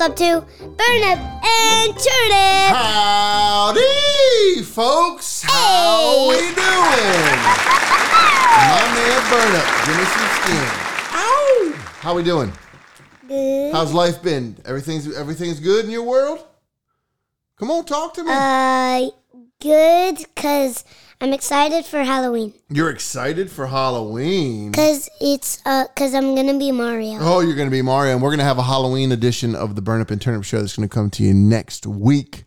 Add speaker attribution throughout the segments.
Speaker 1: up to Burnham and Turnip.
Speaker 2: Howdy, folks. How we doing? My man Burnup, give me some skin. Ow! How we doing?
Speaker 1: Good.
Speaker 2: How's life been? Everything's everything's good in your world? Come on, talk to me.
Speaker 1: Uh, good, because I'm excited for Halloween.
Speaker 2: You're excited for Halloween.
Speaker 1: Because it's, uh, because I'm going to be Mario.
Speaker 2: Oh, you're going to be Mario, and we're going to have a Halloween edition of the Burn Up and Turnip Show that's going to come to you next week.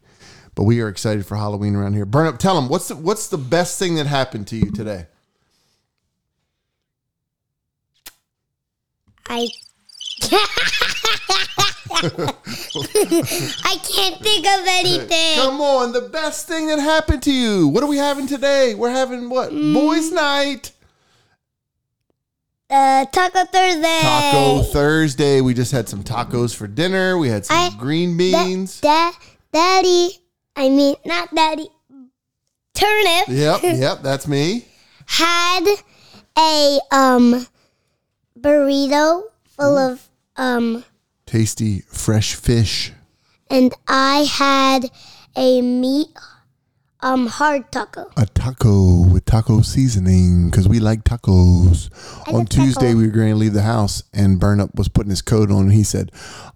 Speaker 2: But we are excited for Halloween around here. Burn Up, tell them what's the, what's the best thing that happened to you today?
Speaker 1: I. I can't think of anything.
Speaker 2: Come on, the best thing that happened to you. What are we having today? We're having what?
Speaker 1: Mm.
Speaker 2: Boys' night.
Speaker 1: Uh, Taco Thursday.
Speaker 2: Taco Thursday. We just had some tacos for dinner. We had some
Speaker 1: I-
Speaker 2: green
Speaker 1: Da-
Speaker 2: beans.
Speaker 1: da- daddy. I mean, not daddy. Turnip
Speaker 2: yep, yep, that's me.
Speaker 1: had a um burrito full of um,
Speaker 2: Tasty fresh fish.
Speaker 1: and I had a meat um hard taco.
Speaker 2: a taco with taco seasoning because we like tacos. on
Speaker 1: like
Speaker 2: Tuesday,
Speaker 1: tacos.
Speaker 2: we were going to leave the house, and Burnup was putting his coat on, and he said,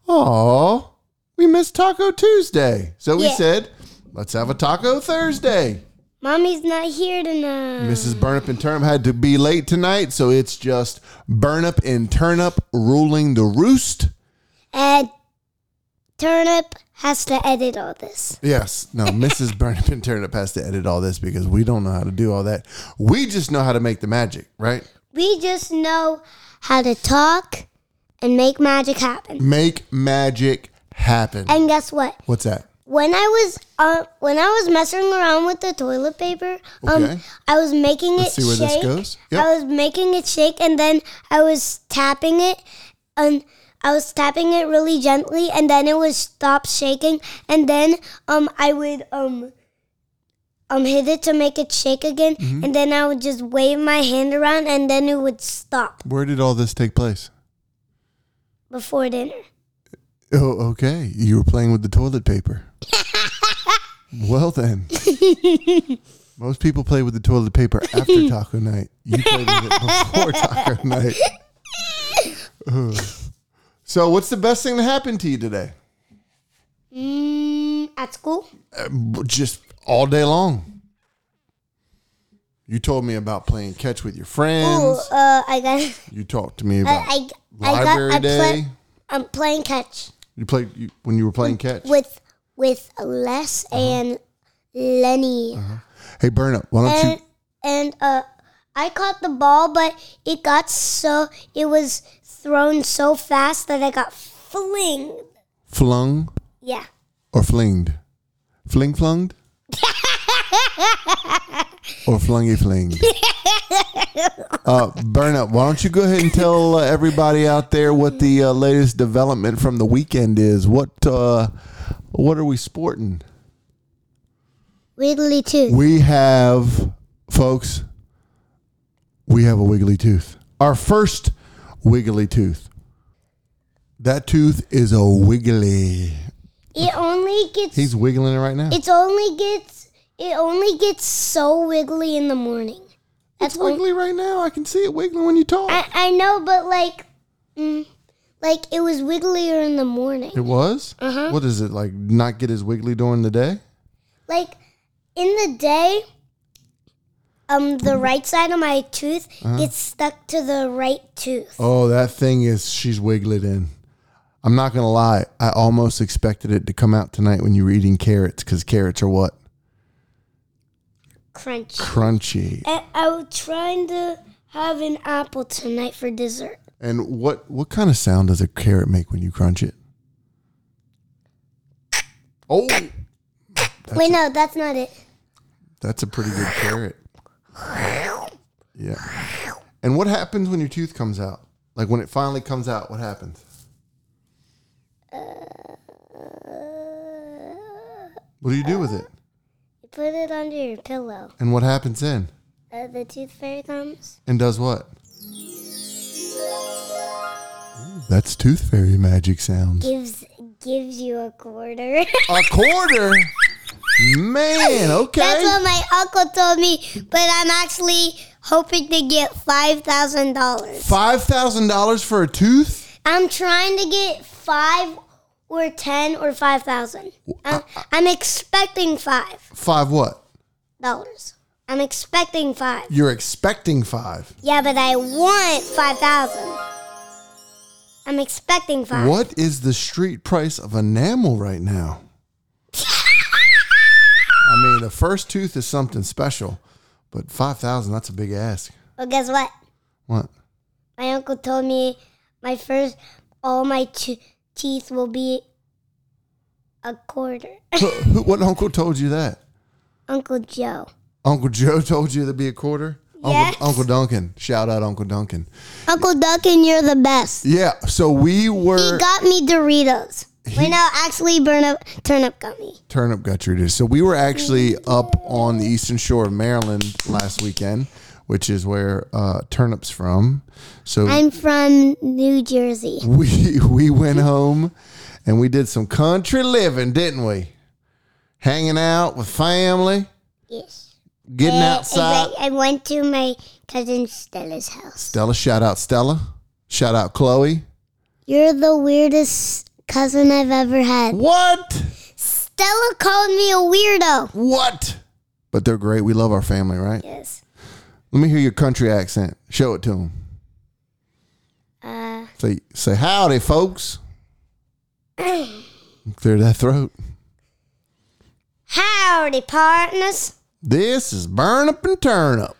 Speaker 2: "Oh, we missed Taco Tuesday." So we
Speaker 1: Yeah.
Speaker 2: said, "Let's have a Taco Thursday."
Speaker 1: Mommy's not here tonight.
Speaker 2: Mrs. Burnup and Turnup had to be late tonight, so it's just Burnup and Turnup ruling the roost.
Speaker 1: And Turnip has to edit all this.
Speaker 2: Yes, no, Mrs. Burnup and Turnup has to edit all this because we don't know how to do all that. We just know how to make the magic, right?
Speaker 1: We just know how to talk and make magic happen.
Speaker 2: Make magic happen.
Speaker 1: And guess what?
Speaker 2: What's that?
Speaker 1: when I was uh, when I was messing around with the toilet paper, um,
Speaker 2: Okay.
Speaker 1: I was making
Speaker 2: Let's
Speaker 1: it
Speaker 2: see where
Speaker 1: shake.
Speaker 2: this goes. Yep.
Speaker 1: I was making it shake, and then I was tapping it, and I was tapping it really gently, and then it would stop shaking, and then um I would um um hit it to make it shake again,
Speaker 2: Mm-hmm.
Speaker 1: and then I would just wave my hand around, and then it would stop
Speaker 2: Where did all this take place?
Speaker 1: before dinner.
Speaker 2: Oh, okay. You were playing with the toilet paper. well, then. Most people play with the toilet paper after taco night. You played with it before taco night. Ugh. so, what's the best thing that happened to you today?
Speaker 1: Mm, at school,
Speaker 2: Uh, Just all day long. You told me about playing catch with your
Speaker 1: Ooh,
Speaker 2: friends.
Speaker 1: uh, I got.
Speaker 2: You talked to me about
Speaker 1: I, I, I
Speaker 2: library
Speaker 1: got I
Speaker 2: day.
Speaker 1: play, I'm playing catch
Speaker 2: you played you, when you were playing catch.
Speaker 1: with with Les
Speaker 2: Uh-huh.
Speaker 1: and Lenny
Speaker 2: Hey, burn up. Why don't Uh-huh. you
Speaker 1: and and uh I caught the ball but it got so it was thrown so fast that I got flinged.
Speaker 2: flung
Speaker 1: Yeah.
Speaker 2: or flinged? Fling flunged? or flungy flinged? Uh, burn up. Why don't you go ahead and tell uh, everybody out there what the uh, latest development from the weekend is? What uh, what are we sporting?
Speaker 1: Wiggly too.
Speaker 2: We have, folks, we have a wiggly tooth. Our first wiggly tooth. That tooth is a wiggly.
Speaker 1: It only gets
Speaker 2: He's wiggling it right now.
Speaker 1: it's only gets it only gets so wiggly in the morning. That's
Speaker 2: It's
Speaker 1: on-
Speaker 2: wiggly right now. I can see it wiggling when you talk.
Speaker 1: I, I know but like mm, like it was wigglier in the morning.
Speaker 2: it was? Uh-huh. What is it, like not get as wiggly during the day?
Speaker 1: like in the day um the right side of my tooth gets stuck to the right tooth
Speaker 2: Oh, that thing is, she's wiggling in. I'm not going to lie. I almost expected it to come out tonight when you were eating carrots because carrots are what?
Speaker 1: crunch
Speaker 2: Crunchy.
Speaker 1: I, I was trying to have an apple tonight for dessert
Speaker 2: And what, what kind of sound does a carrot make when you crunch it? Oh,
Speaker 1: wait no that's not it
Speaker 2: that's a pretty good carrot. Yeah. And what happens when your tooth comes out? Like when it finally comes out, what happens? What do you do with it?
Speaker 1: you Uh, put it under your pillow
Speaker 2: And what happens then?
Speaker 1: uh, the tooth fairy comes
Speaker 2: And does what? That's tooth fairy magic sounds.
Speaker 1: gives gives you a quarter.
Speaker 2: A quarter? Man, okay.
Speaker 1: That's what my uncle told me, but I'm actually hoping to get $5,000.
Speaker 2: $5,000 for a tooth?
Speaker 1: I'm trying to get 5 or 10 or 5,000. I'm, I'm expecting $5.
Speaker 2: Five what?
Speaker 1: I'm expecting 5.
Speaker 2: You're expecting five.
Speaker 1: Yeah, but I want 5,000. I'm expecting 5.
Speaker 2: What is the street price of enamel right now? I mean, a first tooth is something special, but 5000 that's a big ask.
Speaker 1: Well, guess what?
Speaker 2: What?
Speaker 1: My uncle told me my first, all my t- teeth will be a quarter.
Speaker 2: Who, who, what uncle told you that?
Speaker 1: Uncle Joe.
Speaker 2: Uncle Joe told you it'd be a quarter?
Speaker 1: Yes.
Speaker 2: Uncle, Uncle Duncan. Shout out Uncle Duncan.
Speaker 1: Uncle Duncan, you're the best.
Speaker 2: Yeah, so we
Speaker 1: He
Speaker 2: were.
Speaker 1: got me Doritos. Wait, no, actually, burnup, turnip got me.
Speaker 2: Turnip got your dish. So we were actually up on the eastern shore of Maryland last weekend, which is where uh, Turnip's from. So
Speaker 1: I'm from New Jersey.
Speaker 2: we we went home and we did some country living, didn't we? Hanging out with family,
Speaker 1: Yes.
Speaker 2: getting
Speaker 1: I- I
Speaker 2: outside.
Speaker 1: went- I, went to my cousin Stella's house.
Speaker 2: Stella, shout out Stella. Shout out Chloe.
Speaker 1: You're the weirdest cousin I've ever had.
Speaker 2: What?
Speaker 1: Stella called me a weirdo.
Speaker 2: What? But they're great. We love our family, right?
Speaker 1: Yes.
Speaker 2: Let me hear your country accent. Show it to them.
Speaker 1: Uh,
Speaker 2: Say, say howdy, folks. Clear that throat.
Speaker 1: howdy, partners.
Speaker 2: This is burn up and turn up.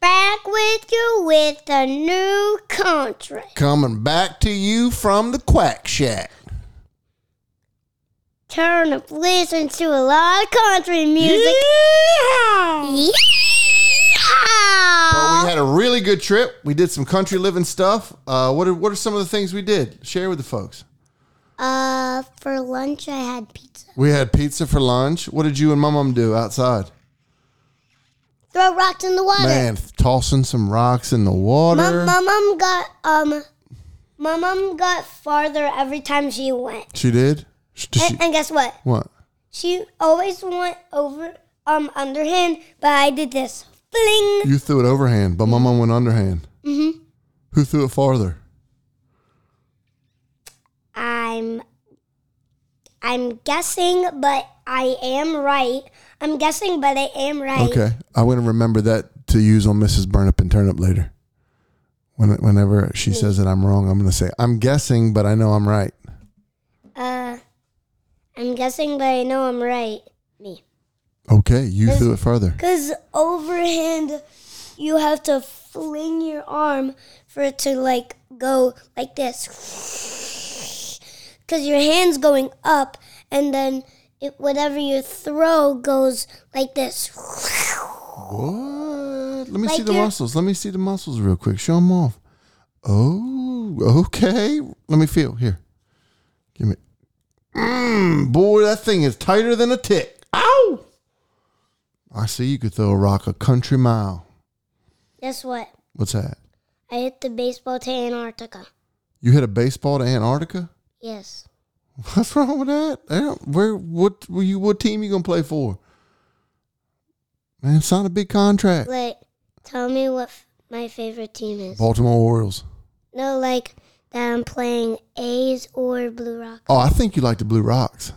Speaker 1: Back with you with a new country.
Speaker 2: Coming back to you from the quack shack.
Speaker 1: Turn up, listen to a lot of country music. Yeehaw!
Speaker 2: Well, we had a really good trip. We did some country living stuff. Uh, what are what are some of the things we did? Share with the folks.
Speaker 1: Uh, for lunch I had pizza.
Speaker 2: We had pizza for lunch. What did you and my mom do outside?
Speaker 1: Throw rocks in the water.
Speaker 2: Man, tossing some rocks in the
Speaker 1: My,
Speaker 2: water.
Speaker 1: my mom got um, my mom got farther every time she went.
Speaker 2: She did. Sh- did she-
Speaker 1: And, and guess what?
Speaker 2: what?
Speaker 1: She always went over um underhand, but I did this fling.
Speaker 2: You threw it overhand, but my mom went underhand. Mm-hmm. Who threw it farther?
Speaker 1: I'm I'm guessing, but I am right. I'm guessing, but I am right.
Speaker 2: Okay, I'm gonna remember that to use on Mrs. Burnup and Turnup later. When, whenever she says that I'm wrong, I'm gonna say I'm guessing, but I know I'm right.
Speaker 1: Uh, I'm guessing, but I know I'm right. Me.
Speaker 2: Okay, you threw it farther.
Speaker 1: Because overhand, you have to fling your arm for it to like go like this. Because your hand's going up, and then it, whatever you throw goes like this.
Speaker 2: What? Let me see
Speaker 1: Like
Speaker 2: the
Speaker 1: your-
Speaker 2: muscles. Let me see the muscles real quick. Show them off. Oh, okay. Let me feel here. Give me. Mm, boy, that thing is tighter than a tick. Ow! I see you could throw a rock a country mile.
Speaker 1: Guess what?
Speaker 2: What's that?
Speaker 1: I hit the baseball to Antarctica.
Speaker 2: You hit a baseball to Antarctica?
Speaker 1: Yes.
Speaker 2: What's wrong with that? I don't- Where? What? Were you? What team you gonna play for? Man, sign a big contract.
Speaker 1: Like, tell me what f- my favorite team is.
Speaker 2: Baltimore Orioles.
Speaker 1: No, like that I'm playing A's or Blue Rock.
Speaker 2: Oh, I think you like the Blue Rocks.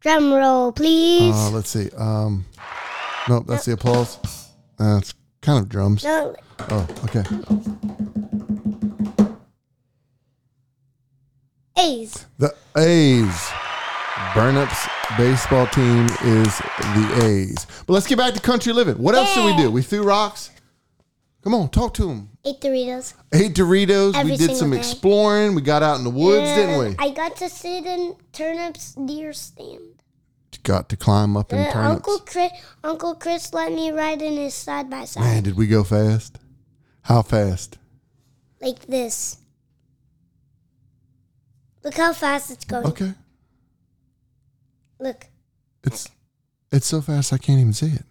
Speaker 1: Drum roll, please.
Speaker 2: Uh, let's see. Um, nope, that's the applause. Uh, it's kind of drums.
Speaker 1: no,
Speaker 2: Oh, okay.
Speaker 1: A's.
Speaker 2: The A's. Burnup's baseball team is the A's. But let's get back to country living. What else did we do? We threw rocks. Come on, talk to them.
Speaker 1: Eight Doritos.
Speaker 2: Ate Doritos.
Speaker 1: Every
Speaker 2: we did some
Speaker 1: single day.
Speaker 2: exploring. We got out in the woods, didn't we?
Speaker 1: And I got to sit in Turnip's deer stand.
Speaker 2: got to climb up
Speaker 1: Uh,
Speaker 2: and turnips.
Speaker 1: Uncle Chris, Uncle Chris let me ride in his side by
Speaker 2: Man,
Speaker 1: side
Speaker 2: did we go fast? How fast?
Speaker 1: like this. Look how fast it's going.
Speaker 2: Okay.
Speaker 1: Look,
Speaker 2: It's it's so fast I can't even see it.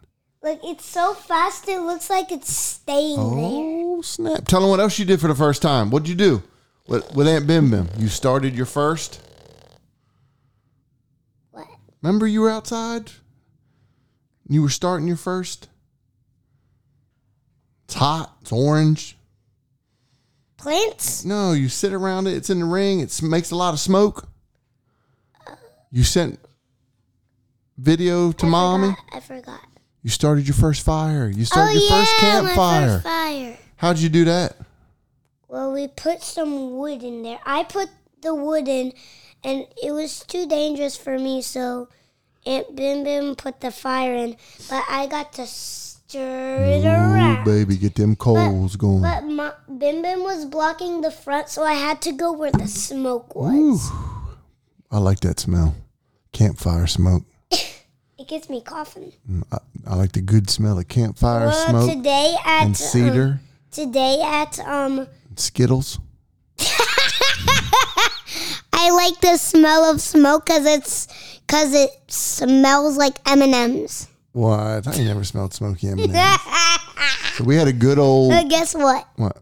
Speaker 1: look, it's so fast it looks like it's staying there.
Speaker 2: Oh, Oh snap! Tell them what else you did for the first time. What'd you do with, with Aunt Bim Bim? You started your first.
Speaker 1: What?
Speaker 2: Remember you were outside. You were starting your first. It's hot. It's orange.
Speaker 1: Plants?
Speaker 2: No, you sit around it. It's in the ring. It makes a lot of smoke. You sent video to mommy.
Speaker 1: I forgot.
Speaker 2: You started your first fire. You started
Speaker 1: oh
Speaker 2: your
Speaker 1: yeah,
Speaker 2: first
Speaker 1: my
Speaker 2: campfire.
Speaker 1: first fire.
Speaker 2: How'd you do that?
Speaker 1: Well, we put some wood in there. I put the wood in, and it was too dangerous for me, so Aunt Bim Bim put the fire in. But I got to stir it
Speaker 2: Ooh,
Speaker 1: around.
Speaker 2: baby, get them coals going.
Speaker 1: But Ma- Bim Bim was blocking the front, so I had to go where the smoke was.
Speaker 2: I like that smell. Campfire smoke.
Speaker 1: It gets me coughing.
Speaker 2: Mm, I, I like the good smell of campfire
Speaker 1: well,
Speaker 2: smoke
Speaker 1: today at
Speaker 2: and
Speaker 1: um,
Speaker 2: cedar
Speaker 1: today at um,
Speaker 2: and Skittles.
Speaker 1: I like the smell of smoke because it's because it smells like M and M's.
Speaker 2: What? I ain't never smelled smoky M&M's.
Speaker 1: But
Speaker 2: so we had a good old
Speaker 1: guess what?
Speaker 2: what?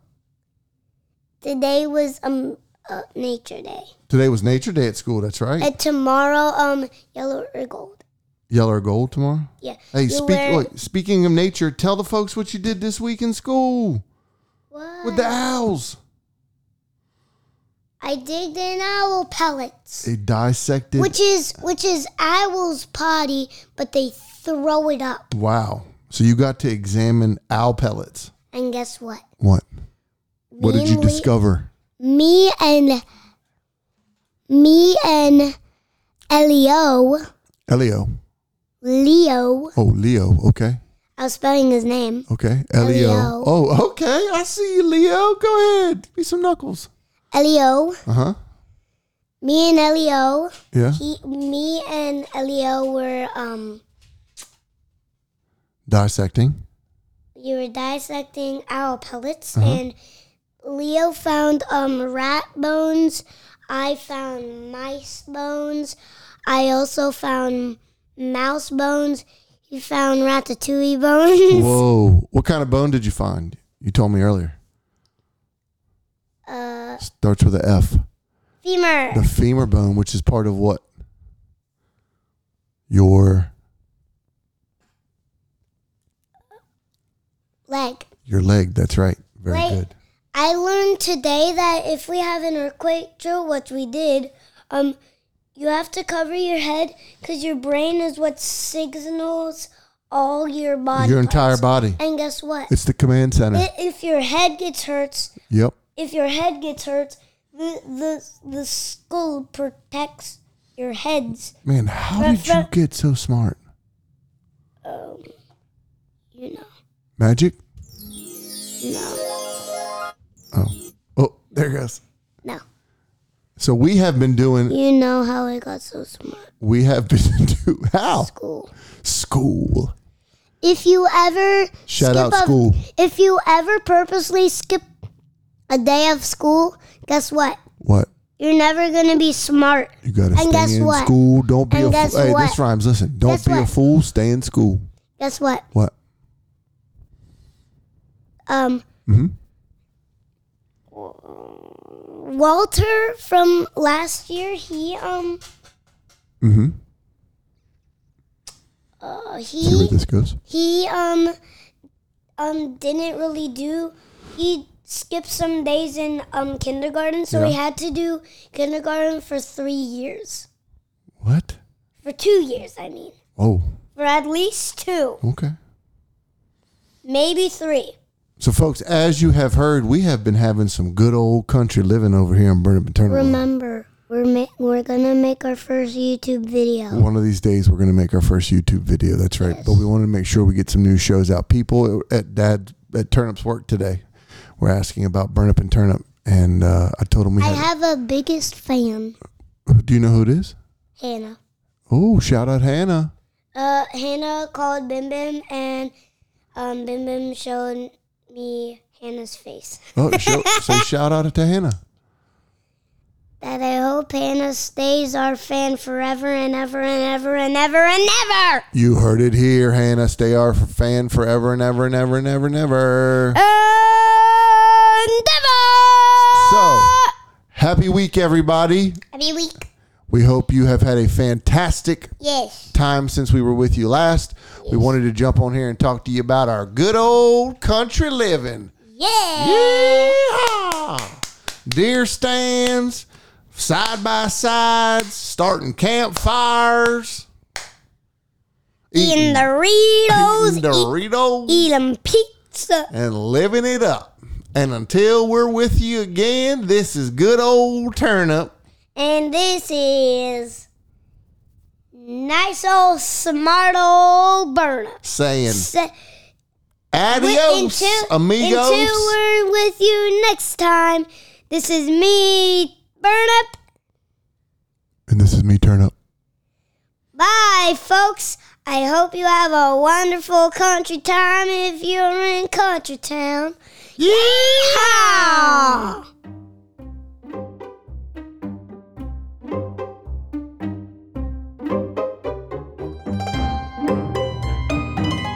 Speaker 1: Today was um uh, Nature Day,
Speaker 2: Today was Nature Day at school. That's right.
Speaker 1: and tomorrow um yellow or gold.
Speaker 2: Yellow or gold tomorrow.
Speaker 1: Yeah.
Speaker 2: Hey,
Speaker 1: You
Speaker 2: speak,
Speaker 1: wear-
Speaker 2: wait, speaking of nature, tell the folks what you did this week in school
Speaker 1: What?
Speaker 2: with the owls.
Speaker 1: I digged in owl pellets,
Speaker 2: They dissected.
Speaker 1: which is which is owls potty, but they throw it up.
Speaker 2: wow. So you got to examine owl pellets.
Speaker 1: And guess what?
Speaker 2: What? What
Speaker 1: Me
Speaker 2: did you
Speaker 1: and Lee-
Speaker 2: discover?
Speaker 1: Me and me and Elio,
Speaker 2: Elio.
Speaker 1: Leo.
Speaker 2: Oh, Leo. Okay.
Speaker 1: I was spelling his name.
Speaker 2: Okay. Elio.
Speaker 1: Elio.
Speaker 2: Oh, okay. I see you, Leo. Go ahead. Give me some knuckles.
Speaker 1: Elio.
Speaker 2: Uh huh.
Speaker 1: Me and Elio.
Speaker 2: Yeah.
Speaker 1: He, me and Elio were um
Speaker 2: Dissecting.
Speaker 1: we were dissecting owl pellets
Speaker 2: Uh-huh.
Speaker 1: and Leo found um rat bones. I found mice bones. I also found mouse bones. He found ratatouille bones.
Speaker 2: Whoa. What kind of bone did you find? You told me earlier.
Speaker 1: Uh,
Speaker 2: Starts with a F.
Speaker 1: femur.
Speaker 2: The femur bone, which is part of what? Your
Speaker 1: Leg.
Speaker 2: your leg. That's right. Very
Speaker 1: Wait.
Speaker 2: good.
Speaker 1: I learned today that if we have an earthquake drill, which we did, um, you have to cover your head because your brain is what signals all your body.
Speaker 2: your entire
Speaker 1: parts.
Speaker 2: body.
Speaker 1: And guess what?
Speaker 2: It's the command center.
Speaker 1: I- If your head gets hurt,
Speaker 2: yep.
Speaker 1: if your head gets hurt, the the the skull protects your heads.
Speaker 2: Man, how
Speaker 1: Ruff,
Speaker 2: did you
Speaker 1: ruff.
Speaker 2: get so smart?
Speaker 1: Um, you know,
Speaker 2: Magic?
Speaker 1: no,
Speaker 2: Oh. Oh, there it goes.
Speaker 1: no.
Speaker 2: So we have been doing
Speaker 1: You know how I got so smart.
Speaker 2: we have been do how?
Speaker 1: School.
Speaker 2: School.
Speaker 1: If you ever
Speaker 2: Shout
Speaker 1: skip
Speaker 2: out
Speaker 1: a-
Speaker 2: school.
Speaker 1: If you ever purposely skip a day of school, guess what?
Speaker 2: What?
Speaker 1: You're never going to be smart.
Speaker 2: You gotta stay
Speaker 1: guess
Speaker 2: in
Speaker 1: what?
Speaker 2: school. Don't be
Speaker 1: And
Speaker 2: a
Speaker 1: guess
Speaker 2: fool. Hey,
Speaker 1: what?
Speaker 2: this rhymes. Listen, don't
Speaker 1: Guess
Speaker 2: be a
Speaker 1: what?
Speaker 2: fool, stay in school.
Speaker 1: Guess what?
Speaker 2: What?
Speaker 1: Um
Speaker 2: hmm
Speaker 1: Walter from last year, he um
Speaker 2: hmm
Speaker 1: uh,
Speaker 2: See where
Speaker 1: he
Speaker 2: this goes.
Speaker 1: he um um didn't really do he skipped some days in um kindergarten, so he had to do kindergarten for 3 years.
Speaker 2: What?
Speaker 1: For 2 years, I mean.
Speaker 2: Oh,
Speaker 1: For at least 2,
Speaker 2: okay.
Speaker 1: maybe 3.
Speaker 2: So, folks, as you have heard, we have been having some good old country living over here in Burnham Paternal.
Speaker 1: Remember, we're ma- we're gonna make our first YouTube video.
Speaker 2: One of these days, we're going to make our first YouTube video. That's right. But we wanted to make sure we get some new shows out. People at Dad at Turnip's work today were asking about Burnup and Turnip, and uh, I told them we
Speaker 1: I
Speaker 2: had.
Speaker 1: have a biggest fan,
Speaker 2: do you know who it is?
Speaker 1: Hannah.
Speaker 2: Oh, shout out Hannah.
Speaker 1: Uh, Hannah called Bim Bim, and um, Bim Bim showed me Hannah's face.
Speaker 2: Oh, show, say shout out to Hannah.
Speaker 1: That I hope Hannah stays our fan forever and ever and ever and ever and ever.
Speaker 2: You heard it here, Hannah. Stay our fan forever and ever and ever and ever and ever.
Speaker 1: Oh!
Speaker 2: Happy week, everybody.
Speaker 1: Happy week.
Speaker 2: We hope you have had a fantastic
Speaker 1: Yes.
Speaker 2: time since we were with you last. We wanted to jump on here and talk to you about our good old country living.
Speaker 1: Yeah.
Speaker 2: Yeehaw! Deer stands, side by sides, starting campfires,
Speaker 1: Eating Doritos.
Speaker 2: eating Doritos,
Speaker 1: Eating E- pizza.
Speaker 2: and living it up. And until we're with you again, this is good old turnip.
Speaker 1: And this is nice old smart old burner.
Speaker 2: saying
Speaker 1: So,
Speaker 2: adios,
Speaker 1: until,
Speaker 2: amigos.
Speaker 1: until we're with you next time. This is me, Burn Up.
Speaker 2: and this is me, turn up.
Speaker 1: Bye, folks. I hope you have a wonderful country time if you're in country town. Yeah!